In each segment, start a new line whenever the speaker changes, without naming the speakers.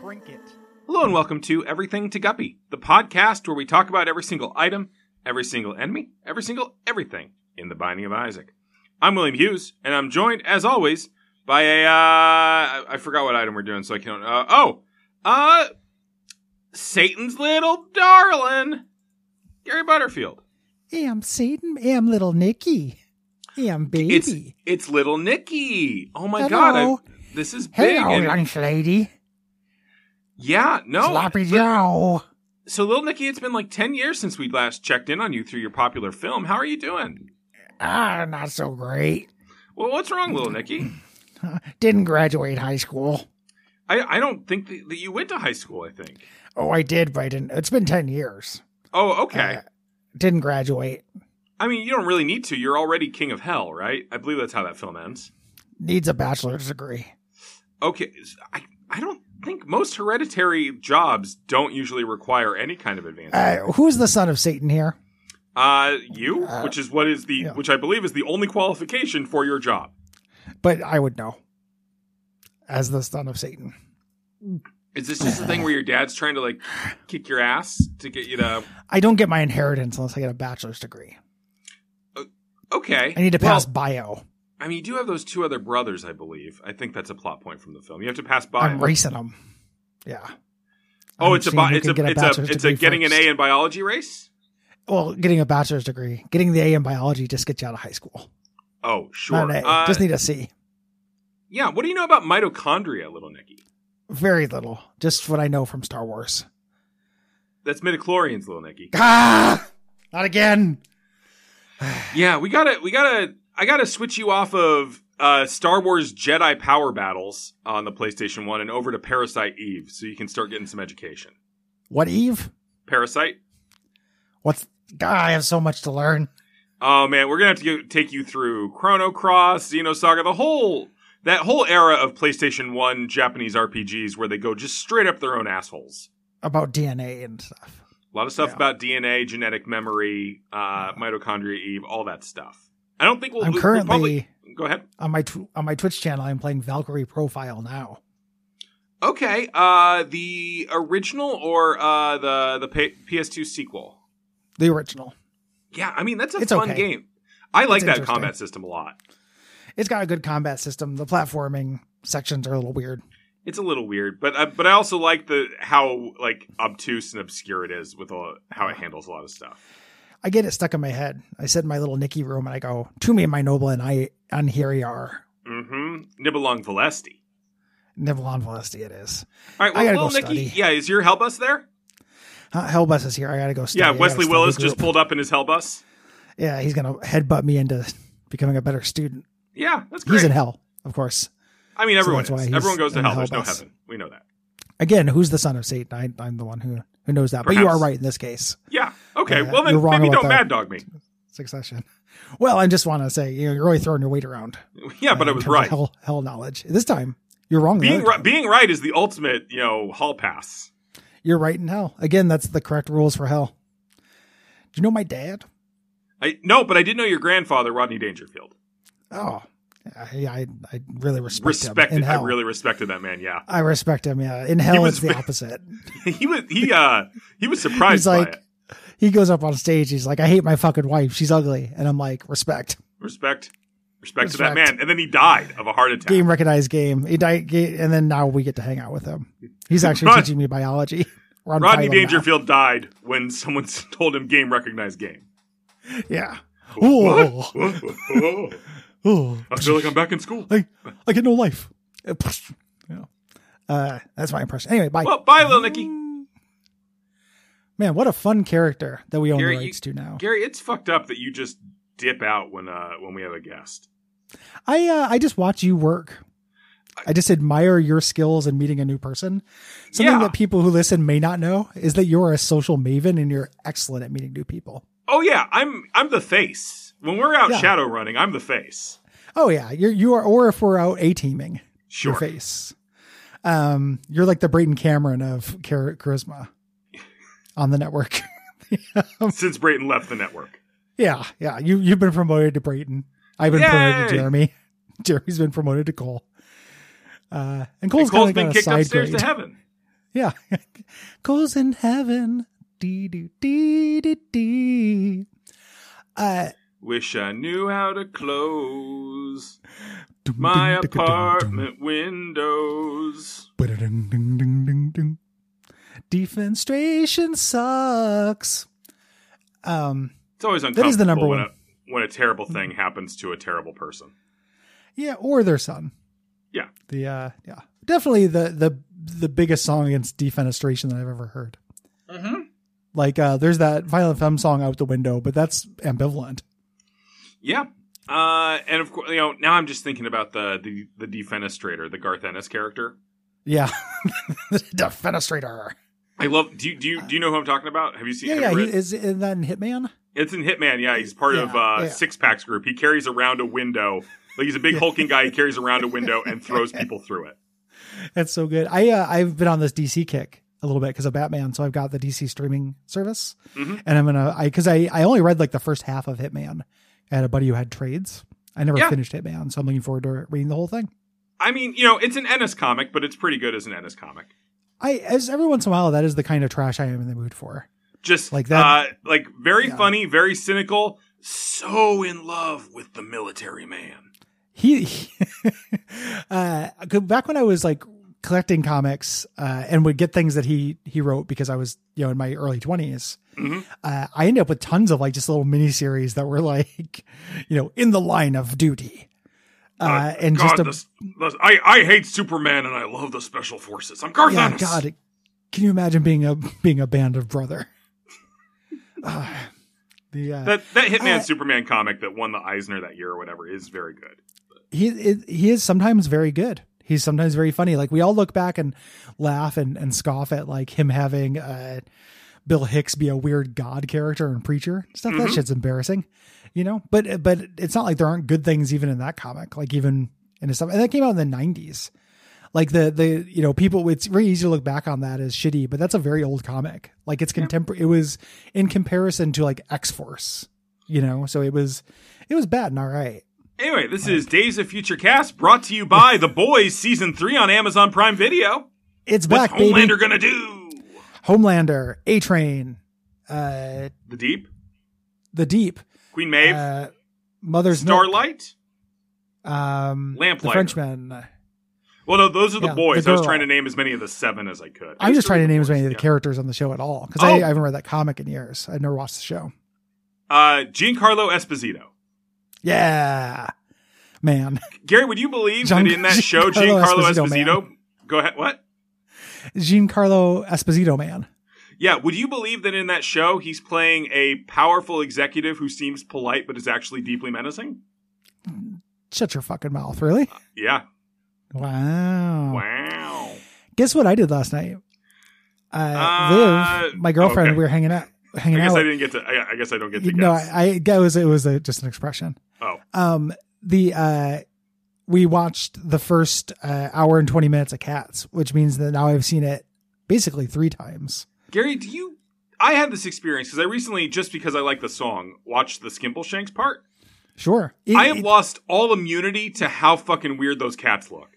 trinket.
Hello and welcome to Everything to Guppy, the podcast where we talk about every single item, every single enemy, every single everything in the Binding of Isaac. I'm William Hughes, and I'm joined, as always, by a uh, I, I forgot what item we're doing, so I can't. Uh, oh, uh, Satan's little darling, Gary Butterfield.
Hey, I'm Satan. Hey, I'm little Nicky. Hey, I'm baby.
It's it's little Nikki. Oh my God, I,
Hello.
this is big.
Hello,
and-
lunch lady.
yeah, no,
Sloppy Joe.
So, Lil Nicky, it's been like 10 years since we last checked in on you through your popular film. How are you doing?
Ah, not so great.
Well, what's wrong, Lil Nicky?
Didn't graduate high school.
I, I don't think that, that you went to high school, I think.
Oh, I did, but I didn't. It's been 10 years.
Oh, okay.
Uh, didn't graduate.
I mean, you don't really need to. You're already king of hell, right? I believe that's how that film ends.
Needs a bachelor's degree.
Okay. s- I, I don't think most hereditary jobs don't usually require any kind of advancement.
Uh, who's the son of Satan here?
Uh, you,
uh,
which is what is the,
yeah.
which I believe is the only qualification for your job.
But I would know. As the son of Satan.
Is this just the thing where your dad's trying to like kick your ass to get you to?
I don't get my inheritance unless I get a bachelor's degree.
Okay,
I need to
Well,
pass bio.
I mean, you do have those two other brothers, I believe. I think that's a plot point from the film. You have to pass by.
I'm racing them. Yeah.
oh,
I'm
it's a,
seeing
bi-
who
it's a,
can get
it's a,
bachelor's
it's a
degree
getting an
first.
A in biology race.
Well, getting a bachelor's degree, getting the A in biology just gets you out of high school.
Oh, sure.
Not an A,
Uh,
just need a C.
yeah. What do you know about mitochondria, little Nicky?
Very little, just what I know from Star Wars.
That's midichlorians, little Nicky.
Ah, not again.
Yeah, we gotta, we gotta, I gotta switch you off of uh, Star Wars Jedi power battles on the PlayStation One and over to Parasite Eve, so you can start getting some education.
What Eve?
Parasite.
What's? God, I have so much to learn.
Oh man, we're gonna have to go, take you through Chrono Cross, Xenosaga, the whole that whole era of PlayStation One Japanese RPGs where they go just straight up their own assholes.
about DNA and stuff.
A lot of stuff
Yeah.
about DNA, genetic memory, uh, mitochondria, Eve, all that stuff. I don't think we'll.
I'm
we'll
currently
probably- go ahead.
on my tw- on my Twitch channel. I'm playing Valkyrie Profile now.
Okay, uh, the original or uh, the the P- PS2 sequel?
The original.
Yeah, I mean that's a
It's
fun
okay.
game. I like
It's
that
interesting.
combat system a lot.
It's got a good combat system. The platforming sections are a little weird.
It's a little weird, but uh, but I also like the how like obtuse and obscure it is with all, how it handles a lot of stuff.
I get it stuck in my head. I sit in my little Nikki room and I go, "To me, my noble, and I and here ye are."
Mm-hmm. Nibelung Valesti.
Nivalon Velesti, it is.
All right,
I
well,
gotta
Lil
go
Nicky,
study.
yeah, is your hell bus there?
Huh, Hellbus is here. I gotta go. Study.
Yeah,
I gotta
Wesley
study
Willis just
group.
pulled up in his hell bus.
Yeah, he's gonna headbutt me into becoming a better student.
Yeah, that's
He's
great.
in hell, of course.
I mean,
so
everyone
that's why
is.
he's
everyone goes to
in the
hell. There's
hell
no
bus.
heaven. We know that.
Again, who's the son of Satan? I, I'm the one who who knows that. But you are
Perhaps.
right in this case.
Yeah. Okay.
Yeah,
well, then
you're wrong
maybe
about
don't
that.
mad dog me.
Succession. Well, I just want to say you know, you're really throwing your weight around.
Yeah,
uh,
but I
in
was
terms of
right.
Hell, hell knowledge. This time you're wrong. the
Being
other
right,
time.
being right is the ultimate, you know, hall pass.
You're right in hell. Again, that's the correct rules for hell. Do you know my dad?
I no, but I did know your grandfather, Rodney Dangerfield.
Oh, I I, I really respect him.
Respected.
In
I
hell.
really respected that man. Yeah.
I respect him. Yeah, in hell
was
it's the opposite.
he was he uh he was surprised
He's like,
by it.
he goes up on stage. He's like, I hate my fucking wife. She's ugly. And I'm like, respect.
Respect, respect, to that
Respect.
man. And then he died of a heart attack.
Game recognized game. He died, ga- and then now we get to hang out with him. He's actually
Rod-
teaching me biology. We're on
Rodney
phylum now.
Dangerfield died when someone told him game recognized game.
Yeah. Ooh,
Whoa, whoa, whoa.
ooh.
I feel like I'm back in school.
I, I get no life. Uh, yeah. Uh, that's my impression. Anyway, bye.
Well, bye, little Nicky.
Man, what a fun character that we own
Gary,
the rights to now.
Gary, it's fucked up that you just dip out when uh when we have a guest.
I uh, I just watch you work. I just admire your skills in meeting a new person. Something
Yeah.
that people who listen may not know is that you're a social maven and you're excellent at meeting new people.
Oh yeah, I'm I'm the face. When we're out
Yeah.
shadow running, I'm the face.
Oh yeah, you're you are. Or if we're out a teaming,
Sure.
your face. Um, you're like the Brayton Cameron of char- charisma on the network.
Since Brayton left the network.
yeah, yeah. You you've been promoted to Brayton. I've been promoted to
Yay!
Jeremy. Jeremy's been promoted to Cole. Uh, and Cole's,
And Cole's
kind of
been
got a
kicked
side
upstairs
grade.
to heaven.
Yeah. Goes in heaven. Dee doo dee dee dee. Uh,
Wish I knew how to close my apartment windows.
Ba-da-ding-ding-ding-ding-ding. Defenestration sucks. Um,
It's always uncomfortable
That is the number
when,
one. Mm-hmm.
A, when a terrible thing happens to a terrible person.
yeah, or their son.
Yeah.
The uh, yeah, definitely the the the biggest song against defenestration that I've ever heard.
Mm-hmm.
Like, uh, there's that Violent Femme song out the window, but that's ambivalent.
Yeah. Uh, and of course, you know, now I'm just thinking about the, the, the defenestrator, the Garth Ennis character.
Yeah, defenestrator.
I love. Do you do you do you know who I'm talking about? Have you seen?
Yeah,
have
yeah,
you
he,
read-
is isn't that in Hitman?
it's in Hitman. Yeah, he's part of
Yeah,
uh,
yeah.
Six Packs group. He carries around a window. Like he's a big hulking guy. He carries around a window and throws people through it.
That's so good. I uh, I've been on this DC kick a little bit because of Batman, so I've got the DC streaming service,
Mhm.
and I'm gonna I because I I only read like the first half of Hitman. I had a buddy who had trades. I never
Yeah.
finished Hitman, so I'm looking forward to reading the whole thing.
I mean, you know, it's an Ennis comic, but it's pretty good as an Ennis comic.
I as every once in a while that is the kind of trash I am in the mood for.
Just like
Like
that,
that-
uh, like very
Yeah.
funny, very cynical. So in love with the military man.
He, he uh, 'cause back when I was like collecting comics uh, and would get things that he he wrote because I was you know in my early 20s.
Mhm.
uh, I ended up with tons of like just little mini series that were like, you know, in the line of duty. Uh, and
God,
just a,
this- this- I I hate Superman and I love the special forces. I'm Garth
yeah,
Ennis.
God, can you imagine being a being a band of brother? uh, the uh,
That that Hitman
Uh,
Superman comic that won the Eisner that year or whatever is very good.
he it, he is sometimes very good. He's sometimes very funny. Like we all look back and laugh and, and scoff at like him having uh, Bill Hicks be a weird god character and preacher stuff. That
Mhm.
shit's embarrassing, you know. But but it's not like there aren't good things even in that comic. Like even in his stuff, and that came out in the nineties. Like the the you know people, it's very easy to look back on that as shitty, but that's a very old comic. Like it's contemporary. It was in comparison to like X Force, you know. So it was it was bad and all right.
Anyway, this is Days of Future Cast brought to you by The Boys Season 3 on Amazon Prime Video.
It's
What's
back, baby.
Homelander gonna do?
Homelander, A Train, uh,
The Deep?
The Deep,
Queen Maeve?
uh, Mother's Milk,
Starlight?
um,
Lamplighter.
The Frenchman.
Well, no, those are the
Yeah,
boys.
the
I was
girl.
trying to name as many of the seven as I could. I
I'm
used
just trying
read
to name as
boys,
many of the
yeah.
characters on the show at all because
Oh.
I, I haven't read that comic in years. I've never watched the show.
Uh, Giancarlo Esposito.
Yeah, man,
Gary, would you believe
Gian-
that in that show, Giancarlo
Giancarlo
Esposito?
Esposito,
go ahead. What?
Giancarlo Esposito, man.
Yeah, would you believe that in that show he's playing a powerful executive who seems polite but is actually deeply menacing?
Shut your fucking mouth, really?
Yeah.
Wow.
Uh, Wow.
Guess what I did last night?
Uh,
Uh, Liv, my girlfriend,
okay.
we were hanging out,
I
hanging
guess
out.
I didn't get to. I, I guess I don't get to guess.
no, I, I it was it was a, just an expression.
Oh.
um, the uh, we watched the first uh, hour and twenty minutes of Cats, which means that now I've seen it basically three times.
Gary, do you? I had this experience because I recently, just because I like the song, watched the Skimble Shanks part.
Sure, It-
I have
it-
lost all immunity to how fucking weird those cats look.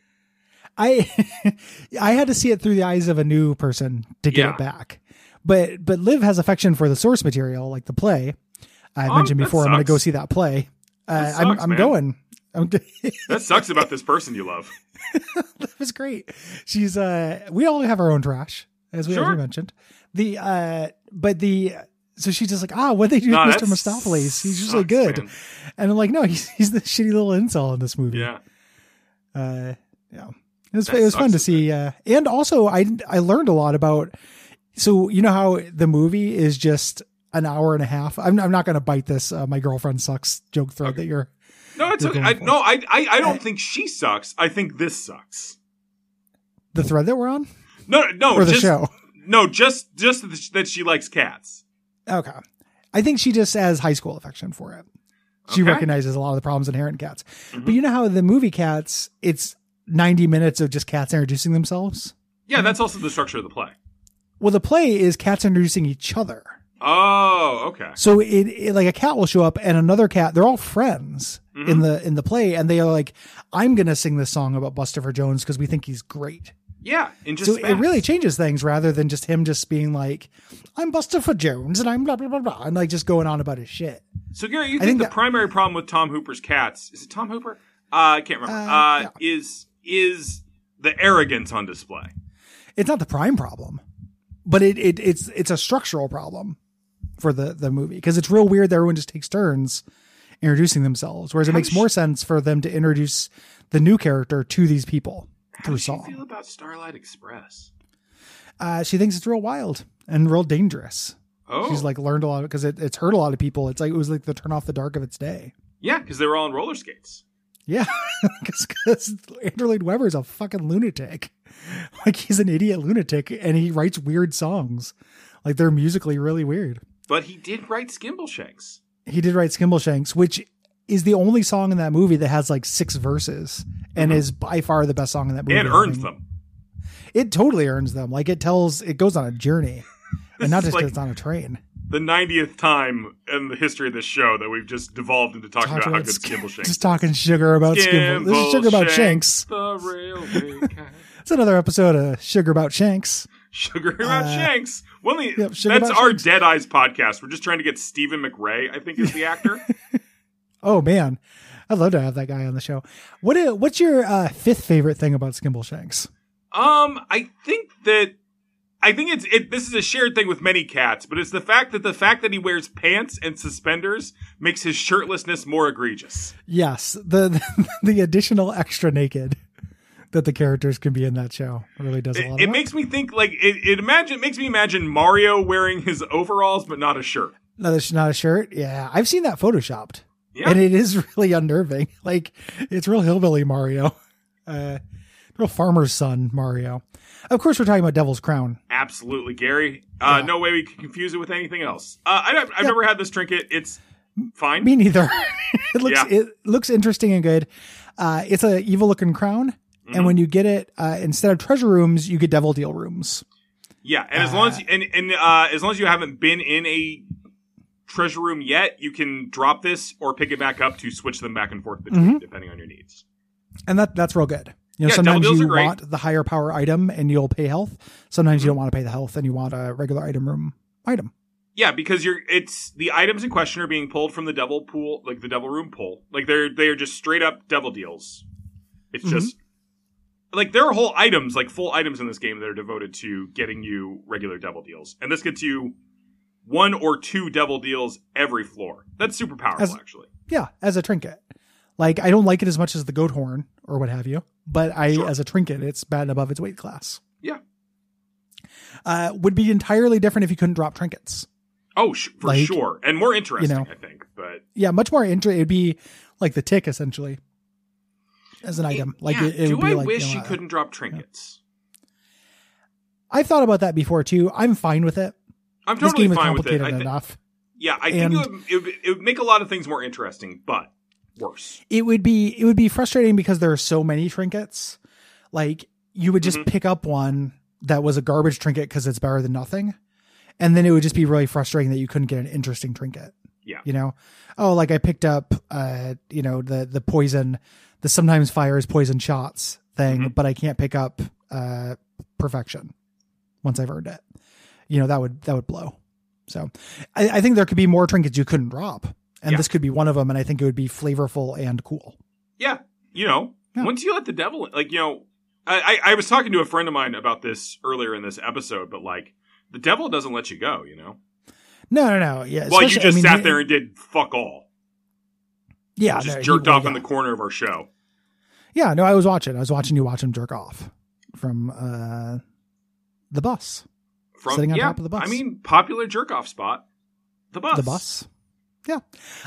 I I had to see it through the eyes of a new person to get
Yeah.
it back. But but Liv has affection for the source material, like the play. I
Um,
mentioned
that
before I'm going to go
sucks.
see that play. Uh,
That
I'm
sucks,
I'm
man.
going. I'm,
That sucks about this person you love.
that was great. She's uh we all have our own trash, as we
Sure.
already mentioned. The uh but the so she's just like, ah, what they do
Nah,
with
that
Mr. Mistopheles? He's usually
sucks,
good.
man.
And I'm like, no, he's he's the shitty little incel in this movie.
Yeah.
Uh yeah. It was
That
it was
sucks,
fun to see. Uh and also I I learned a lot about so you know how the movie is just an hour and a half. I'm I'm not going to bite this uh, my girlfriend sucks joke thread that you're
No, it's
You're
okay.
going
I,
for it.
no, I, I, I don't
Uh,
think she sucks. I think this sucks.
the thread that we're on
No, no,
or the
Oh, just,
show.
No, just just that she- that she likes cats.
Okay. I think she just has high school affection for it. She
Okay.
recognizes a lot of the problems inherent in cats.
Mhm.
But you know how the movie Cats, it's 90 minutes of just cats introducing themselves?
Yeah, that's also the structure of the play.
Well, the play is cats introducing each other.
Oh, okay.
So it, it like a cat will show up and another cat, they're all friends in the in the play and they are like I'm going to sing this song about Buster for Jones because we think he's great.
Yeah, and just
so it
facts.
really changes things rather than just him just being like, I'm Buster for Jones and I'm blah blah blah blah and like just going on about his shit.
So Gary, you
I
think,
think
the
that-
primary problem with Tom Hooper's cats is it Tom Hooper? Uh, I can't remember.
Uh,
Uh,
yeah.
Is is the arrogance on display?
It's not the prime problem, but it, it it's it's a structural problem for the the movie because it's real weird that everyone just takes turns introducing themselves, whereas it
How
makes
does
more
she-
sense for them to introduce the new character to these people
How
through
do you
song.
feel about Starlight Express?
Uh, she thinks it's real wild and real dangerous.
Oh,
She's like learned a lot because it, it's hurt a lot of people. It's like it was like the turn off the dark of its day.
yeah, because they were all on roller skates.
Yeah, because Andrew Lloyd Webber's a fucking lunatic. Like he's an idiot lunatic, and he writes weird songs. Like they're musically really weird.
But he did write Skimble Shanks.
He did write Skimbleshanks, which is the only song in that movie that has like six verses, and is by far the best song in that movie.
And Uh-huh. earns
having-
them.
It totally earns them. Like it tells, it goes on a journey, and not
is
just 'cause
like-
it's on a train.
The 90th time in the history of this show that we've just devolved into talking about how good
Sk-
Skimble Shanks
just talking sugar about Skimble. This is sugar about Shanks.
The railway cat.
It's another episode of Sugar About Shanks.
Sugar about
Uh,
Shanks. Well, the-
yep, Sugar
that's
About
our
Shanks.
Dead Eyes podcast. We're just trying to get Stephen McRae, I think, is the actor.
Oh man, I'd love to have that guy on the show. What i- what's your uh, fifth favorite thing about Skimble Shanks?
um, I think that I think it's it. This is a shared thing with many cats, but it's the fact that the fact that he wears pants and suspenders makes his shirtlessness more egregious.
Yes, the the, additional extra naked that the characters can be in that show really does a lot.
It, it
of work.
makes me think like it, it. Imagine it makes me imagine Mario wearing his overalls but not a shirt.
Another sh- not a shirt. Yeah, I've seen that photoshopped,
Yeah.
and it is really unnerving. Like it's real hillbilly Mario, uh, real farmer's son Mario. Of course, we're talking about Devil's Crown.
Absolutely, Gary. Uh,
Yeah.
No way we can confuse it with anything else. Uh, I don't, I've never had this trinket. It's fine.
Me neither. it looks
Yeah.
it looks interesting and good. Uh, it's a evil looking crown,
Mm-hmm.
and when you get it, uh, instead of treasure rooms, you get devil deal rooms.
Yeah, and as long as and and uh, as long as you haven't been in a treasure room yet, you can drop this or pick it back up to switch them back and forth between, depending on your needs.
and that that's real good. You know,
Yeah,
sometimes
double deals
you
are great. Mm-hmm.
want the higher power item and you'll pay health. Sometimes you don't want to pay the health and you want a regular item room item.
Yeah, because you're it's the items in question are being pulled from the devil pool, like the devil room pool. Like they're they are just straight up devil deals. It's just like there are whole items, like full items in this game that are devoted to getting you regular devil deals, and this gets you one or two devil deals every floor. That's super powerful,
As-
actually.
Yeah, as a trinket. Like I don't like it as much as the goat horn or what have you, but I
Sure.
as a trinket, it's bad above its weight class.
Yeah.
Uh, would be entirely different if you couldn't drop trinkets.
Oh, sh- for
Like,
sure, and more interesting,
know.
I think. But
Yeah, much more interesting. It'd be like the tick essentially as an item. Like
yeah,
it, it
do
would be
I
like,
wish
you
you,
know, uh,
couldn't drop trinkets?
I've thought about that before too. I'm fine with it.
I'm totally
this game is
fine with it.
complicated
I thi-
enough.
yeah, I
and-
think it would, it, would, it would make a lot of things more interesting, but worse.
it would be it would be frustrating because there are so many trinkets. Like you would just pick up one that was a garbage trinket because it's better than nothing, and then it would just be really frustrating that you couldn't get an interesting trinket.
Yeah.
you know, oh, like I picked up, uh, you know, the the poison, the sometimes fires poison shots thing, but I can't pick up uh perfection once I've earned it. You know that would that would blow. So I, I think there could be more trinkets you couldn't drop. And
Yeah.
this could be one of them, and I think it would be flavorful and cool.
Yeah, you know,
Yeah.
once you let the devil, in- like you know, I, I I was talking to a friend of mine about this earlier in this episode, but like the devil doesn't let you go, you know.
No, no, no. Yeah.
Well, you
especially- I
just
mean,
sat
he-
there and did fuck all,
yeah,
just
no, he-
jerked
well,
off in
yeah.
the corner of our show.
Yeah, no, I was watching. I was watching you watch him jerk off from uh, the bus,
From
Sitting on
yeah,
top of the bus.
I mean, popular jerk off spot, the bus.
the bus. Yeah.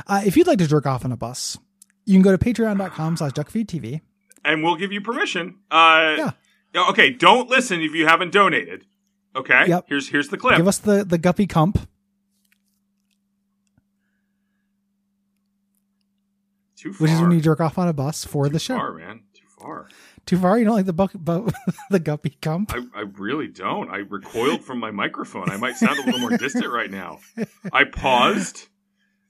Uh, if you'd like to jerk off on a bus, you can go to patreon.com slash duckfeedtv.
and we'll give you permission. Uh, yeah. Okay. Don't listen if you haven't donated. Okay.
Yep.
Here's here's the clip.
Give us the, the guppy cump.
Too far.
Which is when you jerk off on a bus for the show.
Too far, man. Too far.
Too far? You don't like the buck, bu- the guppy cump?
I, I really don't. I recoiled from my microphone. I might sound a little more distant right now. I paused.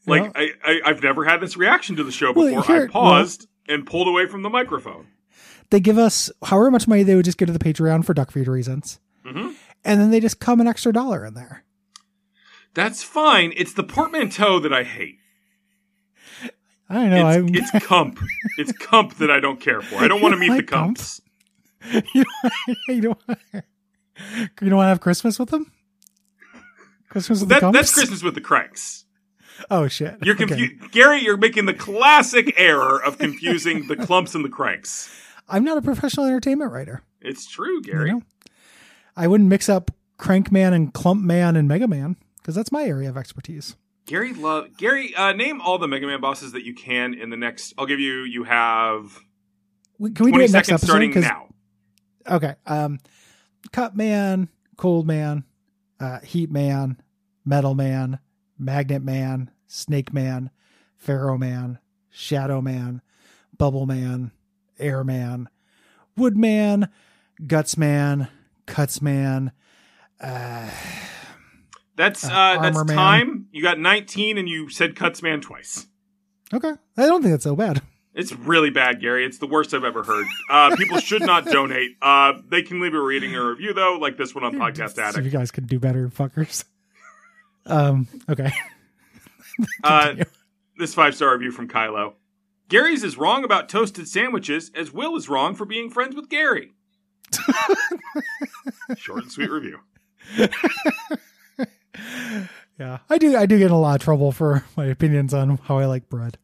Like I, I I've never had this reaction to the show
Well,
before.
here-
I paused and pulled away from the microphone.
They give us however much money they would just give to the Patreon for duck feed reasons,
hmm
and then they just come an extra dollar in there.
That's fine. It's the portmanteau that I hate.
I don't know. I'm,
it's, it's cump. It's cump that I don't care for. I don't want to
You
meet the
like cump?
cumps.
you don't want to have Christmas with them. Christmas with the
That,
Gumps?
that's Christmas with the cranks.
Oh shit!
You're
Okay.
confused, Gary. You're making the classic error of confusing the clumps and the cranks.
I'm not a professional entertainment writer.
It's true,
you
Gary.
know? I wouldn't mix up Crankman and Clumpman and Mega Man because that's my area of expertise.
Gary love Gary. Uh, name all the Mega Man bosses that you can in the next. I'll give you. You have
We- Can we do
twenty
it next
seconds
episode?
starting
'Cause-
now.
Okay. Um, Cup Man, Cold Man, uh, Heat Man, Metal Man, Magnet Man, Snake Man, Pharaoh Man, Shadow Man, Bubble Man, Air Man, Wood Man, Guts Man, Cuts Man. Uh,
That's uh,
Uh,
that's
Armor Man.
time. You got nineteen, and you said Cutsman twice.
okay. I don't think that's so bad.
It's really bad, Gary. It's the worst I've ever heard. Uh, people should not donate. Uh, they can leave a rating or review though, like this one on Podcast
See if
Addict.
you guys could do better, fuckers. Um. Okay.
Uh,
Continue.
this five star review from Kylo. Gary's is wrong about toasted sandwiches, as Will is wrong for being friends with Gary. Short and sweet review.
yeah, I do. I do get in a lot of trouble for my opinions on how I like bread.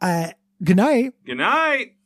Uh, good night.
Good night.